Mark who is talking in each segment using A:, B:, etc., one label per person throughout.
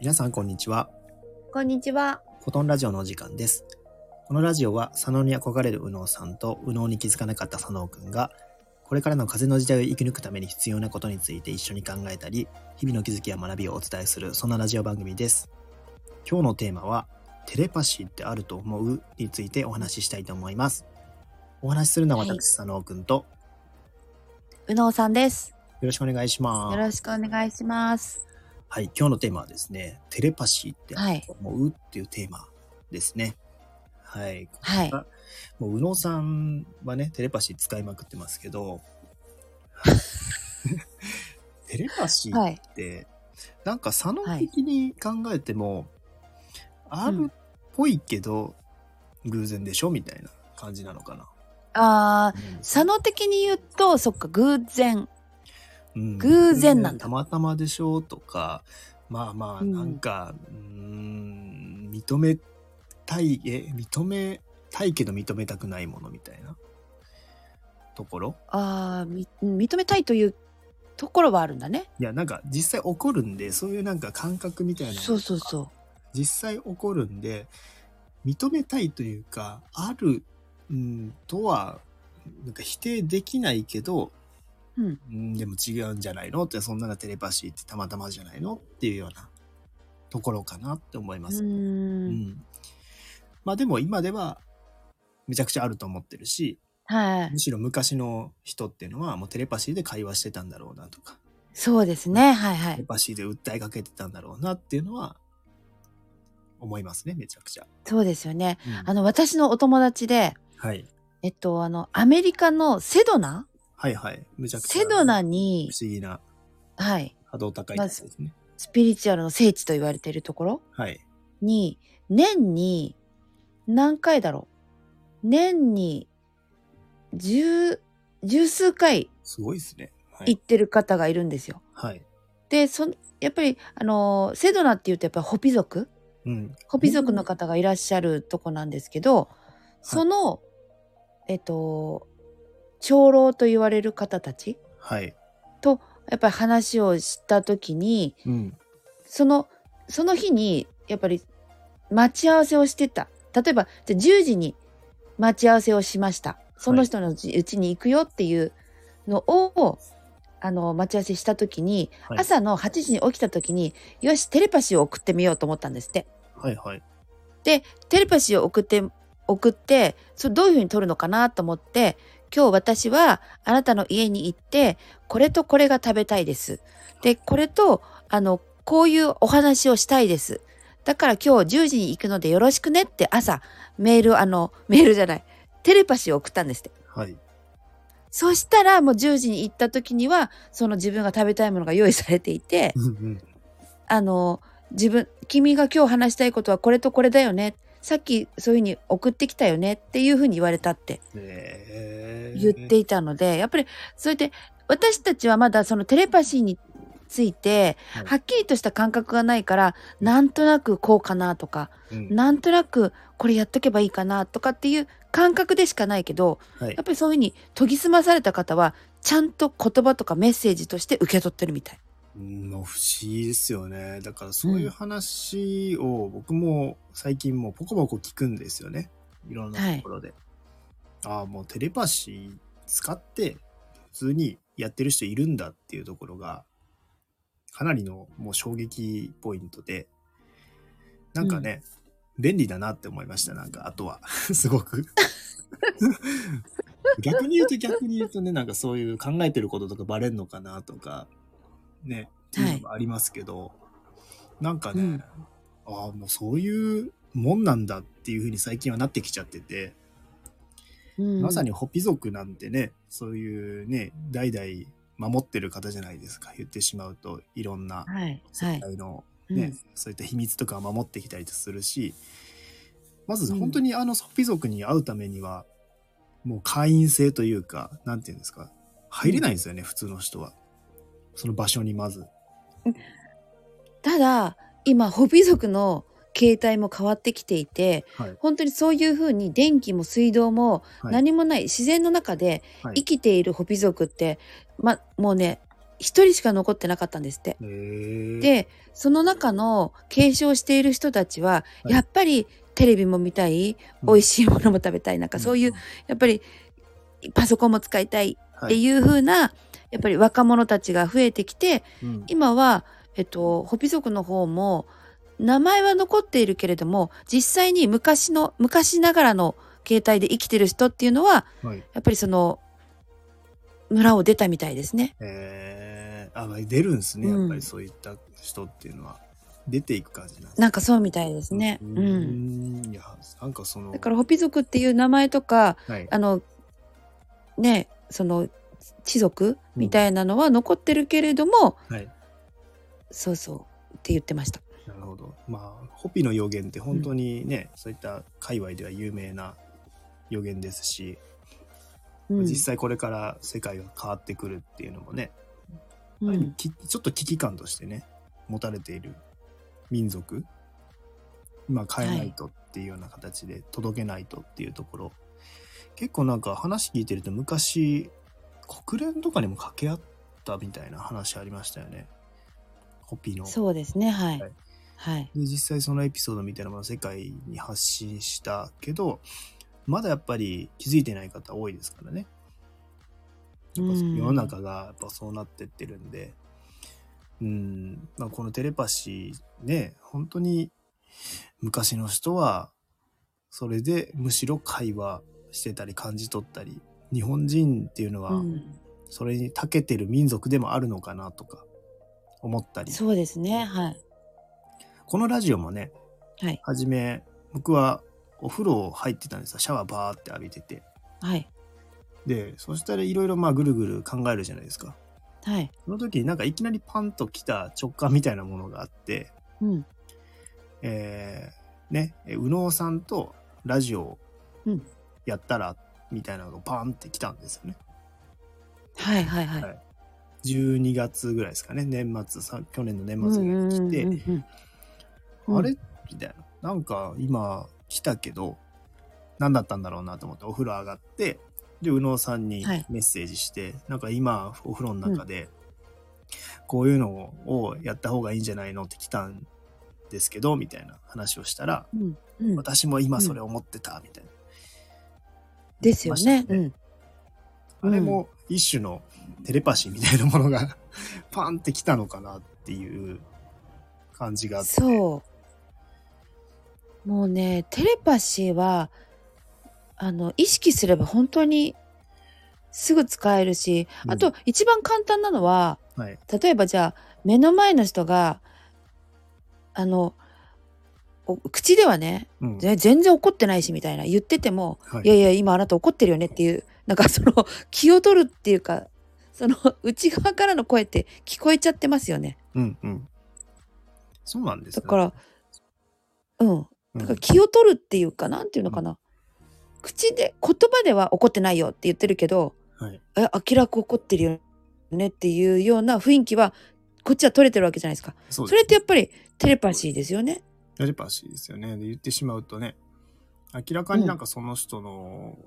A: 皆さんこんにちは。
B: こんにちは。
A: フォトンラジオのお時間です。このラジオは左脳に憧れる右脳さんと右脳に気づかなかった左脳くんが、これからの風の時代を生き抜くために必要なことについて一緒に考えたり、日々の気づきや学びをお伝えする、そんなラジオ番組です。今日のテーマは、テレパシーってあると思うについてお話ししたいと思います。お話しするのは
B: はい
A: 私、佐野くんと、
B: うのうさんです。
A: よろしくお願いしま
B: よ
A: す。
B: ろしくお願いします。
A: はい、今日のテーマはですね、テレパシーって
B: はい
A: 思うっていうテーマですね。はい。
B: はい。
A: もう、宇野さんはね、テレパシー使いまくってますけ ど、テレパシーっ
B: はい。
A: て、なんか、佐野的に考えても、あるっぽいけど、偶然でしょみたいな感じなのかな。
B: ああ、
A: うん
B: 佐野的に言うと、そっか、偶然。
A: うん
B: 偶然なんだ
A: たまたまでしょとかまあまあ
B: うん
A: なんか、うーん、認めたいえ認めたいけど認めたくないものみたいなところ
B: ああ、み認めたいというところはあるんだね。
A: いやなんか実際起こるんでそういうなんか感覚みたいなのが
B: そうそうそう。
A: 実際起こるんで認めたいというかある、うん、とはなんか否定できないけど
B: うん。
A: うんでも違うんじゃないのってそんなのテレパシーってたまたまじゃないのっていうようなところかなって思いうます。う
B: ーん。
A: んまあでも今ではめちゃくちゃあると思ってるし
B: はい
A: む。しろ昔の人っていうのはもうテレパシーで会話してたんだろうなとか
B: そうですね。はいは
A: テレ
B: い。
A: パシーで訴えかけてたんだろうなっていうのは思いますねめちゃくちゃ。
B: そうですよね。
A: うん
B: あの、私のお友達で、
A: はい、
B: えっと、あの、アメリカのセドナ
A: はいはいめちゃくちゃ
B: セド
A: 不
B: ナに、
A: 思議な
B: はい、
A: 波動高いやつですね。
B: スピリチュアルの聖地と言われているところ
A: はい
B: に年に何回だろう年に十十数回
A: すごいですね。は
B: 行
A: い
B: っ、てる方がいるんですよ。
A: はい
B: でそんやっぱりあのーセドナっていうとやっぱりホピ族
A: うん、
B: ホピ族の方がいらっしゃるとこなんですけどその、えっと長老と言われる方たち
A: はい、
B: やっぱり話をした時に
A: うん、
B: そのその日にやっぱり待ち合わせをしてた例えばじゃあ10時に待ち合わせをしましたその人のうち,、に行くよっていうのをあの待ち合わせした時に、
A: はい
B: 朝の8時に起きた時によしテレパシーを送ってみようと思ったんですって
A: はいはい。
B: テレパシーを送って送ってそれどういうふうに取るのかなと思って今日私はあなたの家に行ってこれとこれが食べたいです。でこれとあのこういうお話をしたいです。だから今日10時に行くのでよろしくねって朝メールあのメールじゃないテレパシーを送ったんですって。
A: はい。
B: そしたらもう10時に行った時にはその自分が食べたいものが用意されていて、あの自分君が今日話したいことはこれとこれだよねさっきそういうふうに送ってきたよねっていうふうに言われたって
A: え
B: 言っていたので、やっぱりそれで私たちはまだそのテレパシーについて
A: はい
B: はっきりとした感覚がないから、なんとなくこうかなとか、
A: うん
B: なんとなくこれやっとけばいいかなとかっていう感覚でしかないけど
A: はい
B: やっぱりそういうふうに研ぎ澄まされた方はちゃんと言葉とかメッセージとして受け取ってるみたい。
A: うん不思議ですよね。だからそういう話を僕も最近もうポコポコ聞くんですよね。いろんなところで。ああ、もうテレパシー使って普通にやってる人いるんだっていうところがかなりのもう衝撃ポイントで、なんかね、便利だなって思いました。なんかあとは、 すごく。逆に言うと逆に言うとねなんかそういう考えてることとかバレんのかなとかねっていうのもありますけど、なんかね、
B: うん
A: ああもうそういうもんなんだっていうふうに最近はなってきちゃってて、
B: うん
A: まさにホピ族なんてねそういうね代々守ってる方じゃないですか言ってしまうといろんな
B: はいは
A: 世
B: い、
A: 界の
B: うん
A: ね、そういった秘密とかを守ってきたりするしまず本当にあのソフィ族に会うためには、もう会員制というかなんていうんですか入れないんですよね、普通の人はその場所にまず
B: ただ今ホビ族の携帯も変わってきていて、
A: はい
B: 本当にそういうふうに電気も水道も
A: はい
B: 何もない、自然の中で
A: はい
B: 生きているホビ族って、ま、もうね一人しか残ってなかったんですって。
A: へえ。
B: で、その中の継承している人たちは、
A: はい
B: やっぱりテレビも見たい、
A: うん
B: 美味しいものも食べたい、なんかそういう、やっぱりパソコンも使いたいっていう風な、やっぱり若者たちが増えてきて、
A: うん、
B: 今は、えっと、ホピ族の方も、名前は残っているけれども、実際に昔の、昔ながらの携帯で生きてる人っていうのは、
A: はい。
B: やっぱりその、村を出たみたいですね。
A: えー、あ、まあ出るんですね、
B: うん
A: やっぱりそういった人っていうのは。出ていく感じなんです
B: なんかそうみたいですね。
A: う
B: うん。
A: ん。いや、なんかその、
B: だからホピ族っていう名前とか
A: はい。
B: あのねその地族みたいなのは残ってるけれども、
A: はい。
B: そうそうって言ってました。
A: なるほど。まあ、ホピの予言って本当にね、そういった界隈では有名な予言ですし、
B: うん
A: 実際これから世界が変わってくるっていうのもね、
B: うん
A: きちょっと危機感としてね、持たれている民族、まあ、変えないとっていうような形で届けないとっていうところ、結構なんか話聞いてると昔、国連とかにも掛け合ったみたいな話ありましたよね。ホピの。
B: そうですねはい
A: はい
B: はい、
A: で実際そのエピソードみたいなものを世界に発信したけどまだやっぱり気づいてない方多いですからねやっぱ
B: うん
A: 世の中がやっぱそうなってってるんでうん、まあ、このテレパシーね本当に昔の人はそれでむしろ会話してたり感じ取ったり日本人っていうの
B: う
A: は
B: ん
A: それに長けてる民族でもあるのかなとか思ったり、
B: そうですねはい
A: このラジオもね
B: はい
A: はじめ、僕はお風呂入ってたんですよ。シャワーバーって浴びてて。
B: はい
A: で、そしたらいろいろまあぐるぐる考えるじゃないですか。
B: はい
A: その時になんかいきなりパンと来た直感みたいなものがあって、
B: うん
A: えー、ね、え右脳さんとラジオを
B: うん
A: やったら、みたいなのがパンって来たんですよね。
B: はいはいはい。
A: はい12月ぐらいですかね、年末、さ去年の年末ぐらいに来て、
B: うんうんうんうん
A: あれみたいな。なんか今来たけど、何だったんだろうなと思ってお風呂上がって、で、宇野さんに
B: はい
A: メッセージして、なんか今お風呂の中で、こういうのをやった方がいいんじゃないのって来たんですけど、みたいな話をしたら、
B: うんうんうん
A: 私も今それ思ってた、みたいな。
B: ですよね。
A: ま
B: うんうん
A: あれも一種のテレパシーみたいなものがパンって来たのかなっていう感じがあって。
B: そうもうねテレパシーはあの意識すれば本当にすぐ使えるし、
A: うん
B: あと一番簡単なのは
A: はい。
B: 例えばじゃあ目の前の人があのお口ではね
A: うん。
B: ぜ全然怒ってないしみたいな言ってても、
A: はい
B: い、やいや今あなた怒ってるよねっていうなんかその 気を取るっていうかその内側からの声って聞こえちゃってますよね。
A: うんうん。そうなんです
B: だ
A: ね
B: から、うん、
A: うん
B: だから気を取るっていうか、なんていうのかな、口で言葉では怒ってないよって言ってるけど、
A: はい
B: え明らか怒ってるよねっていうような雰囲気はこっちは取れてるわけじゃないですか
A: そ
B: そう
A: です
B: れってやっぱりテレパシーですよね
A: テレパシーですよね。で言ってしまうとね、明らかになんかその人の、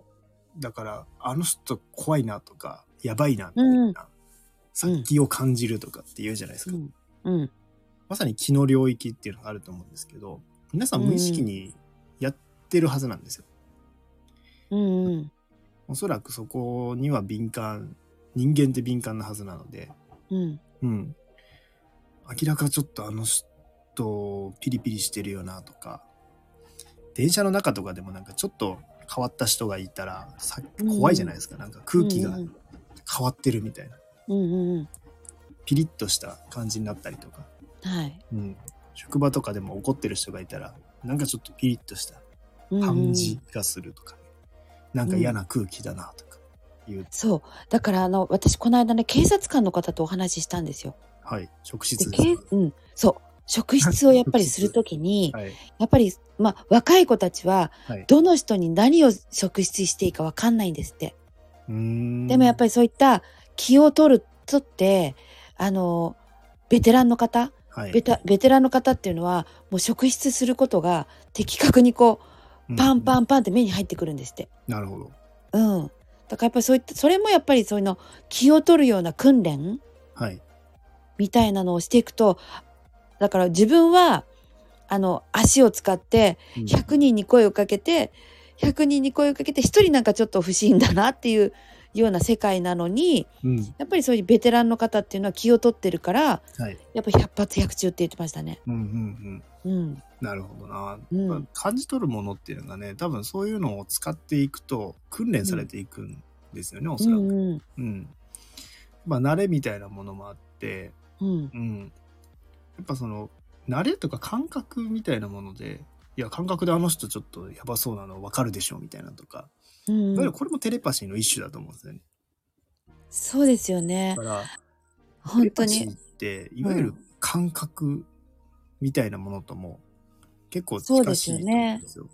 A: だから、あの人怖いなとか、やばいなみたい
B: うん
A: な、先を感じるとかって言うじゃないです
B: う
A: か。
B: ん、うん、
A: まさに気の領域っていうのがあると思うんですけど、皆さん無意識にやってるはずなんですよ。
B: うんうん
A: おそらくそこには敏感、人間って敏感なはずなので、
B: うん
A: うん。明らかちょっとあの人、ピリピリしてるよなとか、電車の中とかでもなんかちょっと変わった人がいたらさ
B: うん
A: 怖いじゃないですか。なんか空気が
B: うん
A: 変わってるみたいな。
B: うんうんうん
A: ピリッとした感じになったりとか。
B: はい
A: うん。職場とかでも怒ってる人がいたら、なんかちょっとピリッとした
B: うんうん
A: 感じがするとか、なんか嫌な空気だなとかいう、
B: そうだからあの私この間ね警察官の方とお話ししたんですよ
A: はい、職
B: で
A: 質です
B: け
A: ね。
B: うんそう職質をやっぱりするときに、
A: はい。
B: やっぱり、まあ、若い子たちは
A: はい、
B: どの人に何を職質していいかわかんないんですって。
A: うーん
B: でもやっぱ
A: り、
B: りそういった気を取る、取って、あの、ベテランの方、
A: はい
B: ベタベテランの方っていうのは、もう職質することが的確にこう、パンパ
A: ン。
B: ンパンって目に入ってくるんですって。
A: なるほど。
B: うん。だからやっぱりそういった、それもやっぱりそういうの、気を取るような訓練
A: はい。
B: みたいなのをしていくとだから自分はあの足を使って
A: うん
B: 100人に声をかけて100人に声をかけて1人なんかちょっと不審だなっていうような世界なのに
A: うん。
B: やっぱりそういうベテランの方っていうのは気を取ってるから
A: はい。
B: やっぱ100発100中って言ってましたね。
A: うんうんうん。
B: うん
A: なるほどな。
B: うん
A: まあ感じ取るものっていうのがね、多分そういうのを使っていくと訓練されていくんですよね、お
B: う
A: そらく。
B: ん
A: うん。まあ、慣れみたいなものもあって、
B: うん
A: うん。やっぱその、慣れとか感覚みたいなもので、いや、感覚であの人ちょっとやばそうなの分かるでしょ、みたいなとか。
B: うん
A: いわゆるこれもテレパシーの一種だと思うんですよね。
B: そうですよね
A: だから、
B: 本当
A: テレパ
B: に
A: シーっていわゆ
B: う
A: る
B: ん
A: 感覚みたいなものとも結構
B: そう
A: 近
B: です
A: し
B: よ
A: いと思う
B: ね
A: んですよ。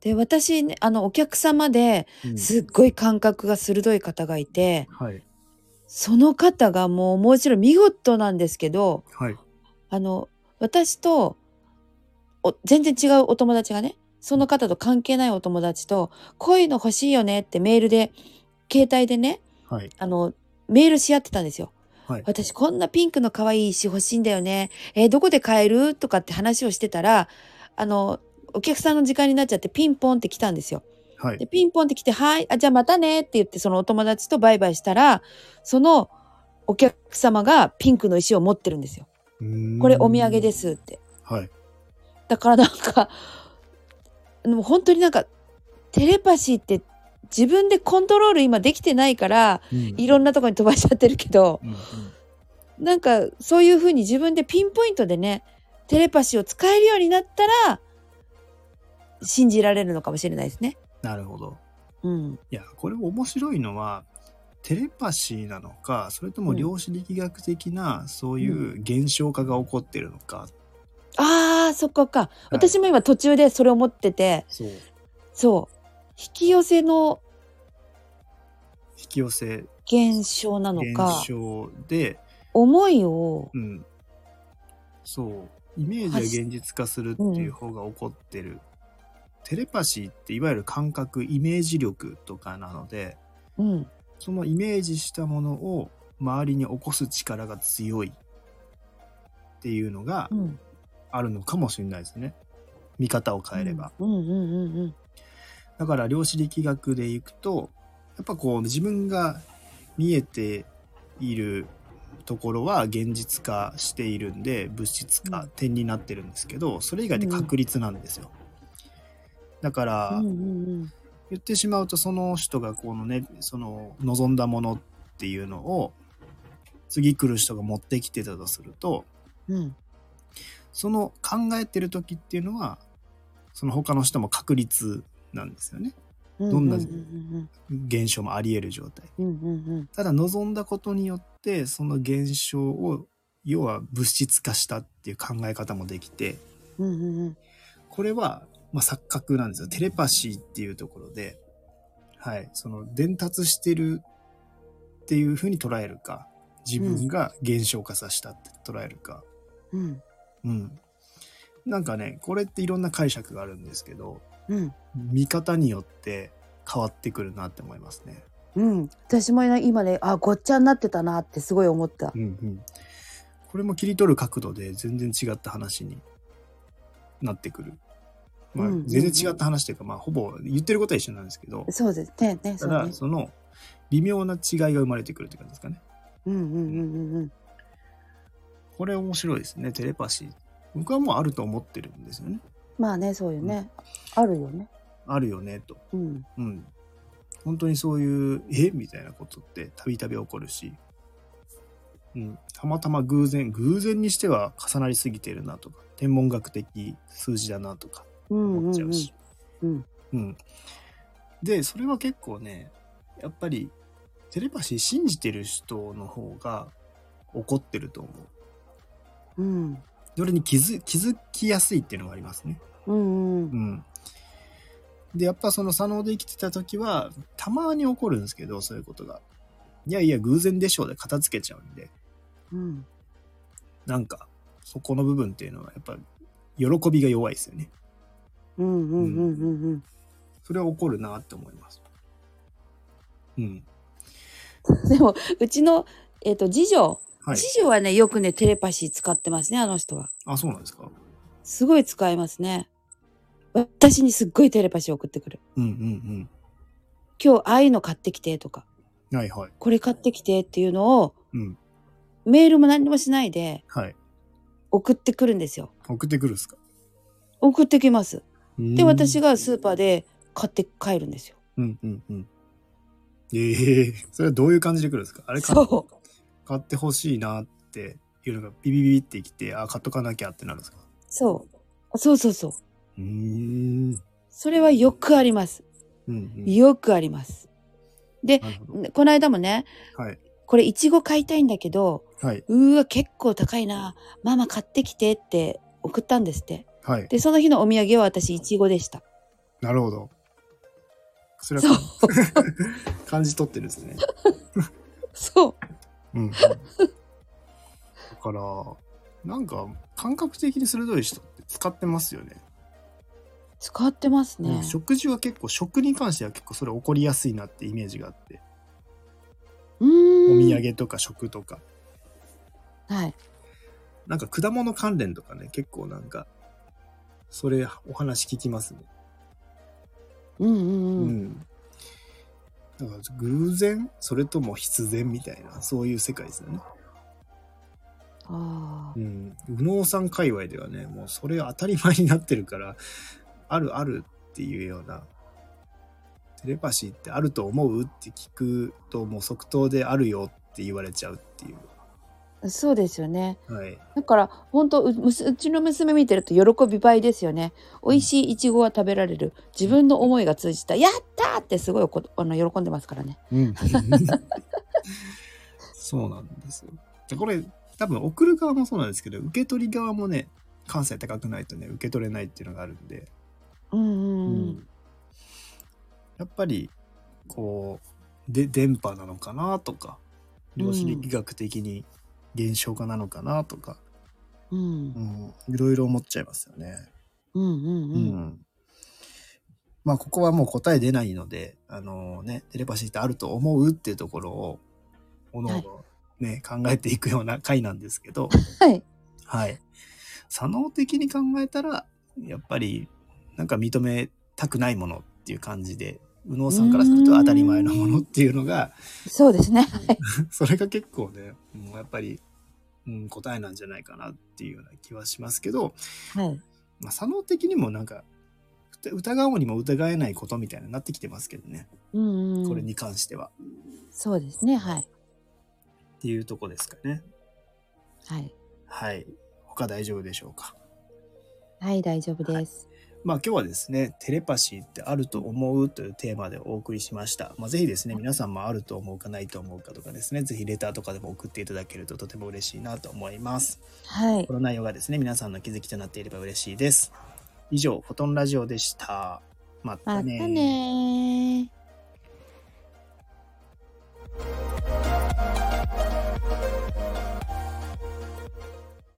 B: で私ねあのお客様で
A: うん
B: すっごい感覚が鋭い方がいて、
A: はい
B: その方がもうもちろん見事なんですけど
A: はい
B: あの私とお全然違うお友達がねその方と関係ないお友達と「こういうの欲しいよね」ってメールで携帯でね
A: はい
B: あのメールし合ってたんですよ。
A: はい
B: 私こんなピンクの可愛い石欲しいんだよね。えーどこで買えるとかって話をしてたらあのお客さんの時間になっちゃってピンポンって来たんですよ。
A: は
B: で
A: い。。
B: ピンポンって来て「はいあじゃあまたね」って言ってそのお友達とバイバイしたらそのお客様がピンクの石を持ってるんですよ。これお土産ですすって。
A: はい
B: だからなんかでも本当になんかテレパシーって自分でコントロール今できてないからいろん
A: な、
B: なとこに飛ばしちゃってるけど
A: うんうん
B: なんかそういう風に自分でピンポイントでねテレパシーを使えるようになったら信じられるのかもしれないですね。
A: なるほど。
B: うん、
A: いやこれ面白いのはテレパシーなのかそれとも
B: うん
A: 量子力学的なそういう現象化が起こってるのか。
B: あーそこか、私も今途中でそれを持ってて
A: そう
B: そう引き寄せの
A: 引き寄せ
B: 現象なの
A: 現
B: か
A: 象で
B: 思いを
A: うん、そうイメージを現実化するっていう方が起こってる、テレパシーっていわゆる感覚イメージ力とかなので
B: うん
A: そのイメージしたものを周りに起こす力が強いっていうのが
B: うん
A: あるのかもしれないですね見方を変えれば、
B: うんうんうんうん
A: だから量子力学でいくとやっぱこう自分が見えているところは現実化しているんで物質
B: う
A: 化
B: ん
A: 点になってるんですけどそれ以外で確率なんですよ。だから、
B: うんうん
A: 言ってしまうとその人がこのねその望んだものっていうのを次来る人が持ってきてたとすると
B: うんうん
A: その考えてる時っていうのはその他の人も確率なんですよね
B: うん
A: どんな
B: うんうん
A: 現象もあり得る状態。
B: うんうんうん
A: ただ望んだことによってその現象を要は物質化したっていう考え方もできて
B: うんうんうん
A: これはまあ錯覚なんですよテレパシーっていうところで、はい、その伝達してるっていうふうに捉えるか自分が現象化させたって捉えるか、
B: うん
A: うんなんかねこれっていろんな解釈があるんですけど
B: うん
A: 見方によって変わってくるなって思いますね。
B: うん私もね今ねあごっちゃになってたなってすごい思った
A: うんうん、これも切り取る角度で全然違った話になってくる、まあ
B: うんうんう、ん
A: 全然違った話というか、まあ、ほぼ言ってることは一緒なんですけど
B: そうですねね
A: た
B: そう
A: だ
B: ね
A: その微妙な違いが生まれてくるって感じですかね
B: うんうんうんうんうん
A: これ面白いですねテレパシー僕はもうあると思ってるんですよね
B: まあねそうよねあるよね
A: あるよねと
B: うん
A: うん本当にそういうえみたいなことってたびたび起こるしうん、たまたま偶然偶然にしては重なりすぎてるなとか天文学的数字だなとか
B: うんうん
A: 思っちゃ
B: うん
A: うし。
B: うん
A: うんで、それは結構ね、やっぱりテレパシー信じてる人の方が怒ってると思う。
B: うん
A: それに気づ気づきやすいっていうのがありますね。
B: うんう
A: う
B: ん
A: ん。で、やっぱその左脳で生きてた時は、たまに起こるんですけど、そういうことが。いやいや、偶然でしょうで片付けちゃうんで、
B: うん
A: なんか、そこの部分っていうのは、やっぱ、喜びが弱いですよね。
B: うんうんうんうんうん
A: それは怒るなって思います。うん。
B: でもうちのえっ、と、次女。
A: はい。
B: 次女はね、よくね、テレパシー使ってますね、あの人は。
A: あ、そうなんですか。
B: すごい使いますね。私にすっごいテレパシー送ってくる。
A: うんうん
B: 今日、ああいうの買ってきてとか、
A: うん。はいはい。
B: これ買ってきてっていうのを、
A: うん。
B: メールも何もしないで
A: はい。
B: 送ってくるんですよ。
A: 送ってくるんですか。
B: 送ってきます。で、私
A: が。
B: がスーパーで買って帰るんですよ。
A: うんうんうん。ええそれはどういう感じで来るんですかあれ買っ
B: そう。
A: 買ってほしいなっていうのがビビビビってきて、あ、買っとかなきゃってなるんですか
B: そう。そうそうそう。
A: うーん。
B: それはよくあります。
A: うんうん。
B: よくあります。
A: なるほど。
B: ねこの間もね、
A: はい。
B: これいちご買いたいんだけど、
A: はい。
B: うーわ、結構高いな。ママ買ってきてって送ったんですって。
A: はい。
B: で、その日のお土産は私いちごでした。
A: なるほど。それ
B: そう
A: は。 感じ取ってるんですね。
B: そう。
A: うんうん。だから、なんか感覚的に鋭い人って使ってますよね。
B: 使ってますね。
A: 食事は結構、食に関しては結構それ起こりやすいなってイメージがあって、
B: うー
A: お
B: ん。
A: 土。産とか食とか、
B: はい。
A: なんか果物関連とかね、結構なんか、それお話聞きますね。
B: うんうん
A: う
B: うん。
A: ん。だから偶然それとも必然みたいな、そういう世界ですよね。
B: ああ
A: う。ん。右脳さん界隈ではね、もうそれ当たり前になってるから、あるあるっていうような、テレパシーってあると思うって聞くと、もう即答であるよって言われちゃうっていう。
B: そうですよね。
A: はい。
B: だから、本当うむすうちの娘見てると喜び倍ですよね。美味しいいちごは食べられる。自分の思いが通じた。やったーってすごいおこあの喜んでますからね。
A: うん。そうなんですよ。でこれ、多分送る側もそうなんですけど、受け取り側もね、感性高くないとね、受け取れないっていうのがあるんで、
B: うんうんうん。
A: やっぱりこうで電波なのかなとか量子力学的に現象化なのかなとか、
B: うん
A: う。んいろいろ思っちゃいますよね。
B: うんうん
A: う
B: うん。
A: んまあここはもう答え出ないのであのねテレパシーってあると思うっていうところをおのおのね、考えていくような回なんですけ ど
B: はい。
A: はい左脳的に考えたらやっぱりなんか認めたくないものっていう感じで右脳さんからすると当たり前のものっていうの が
B: そうですね。はい。
A: それが結構ね、うんやっぱり、うん、答えなんじゃないかなっていうような気はしますけど、
B: はい。
A: まあ、左脳的にもなんか、うた疑うにも疑えないことみたいになってきてますけどね、
B: うんうん。
A: これに関しては。
B: そうですね。はい。
A: っていうとこですかね。
B: はい。
A: はい。他大丈夫でしょうか。
B: はい、大丈夫です。
A: まあ今日はですね、テレパシーってあると思うというテーマでお送りしました。まあぜひですね、皆さんもあると思うかないと思うかとかですね、ぜひレターとかでも送っていただけるととても嬉しいなと思います。
B: はい
A: こ。の内容がですね、皆さんの気づきとなっていれば嬉しいです。以上、フォトンラジオでした。また
B: また
A: ね
B: ねー。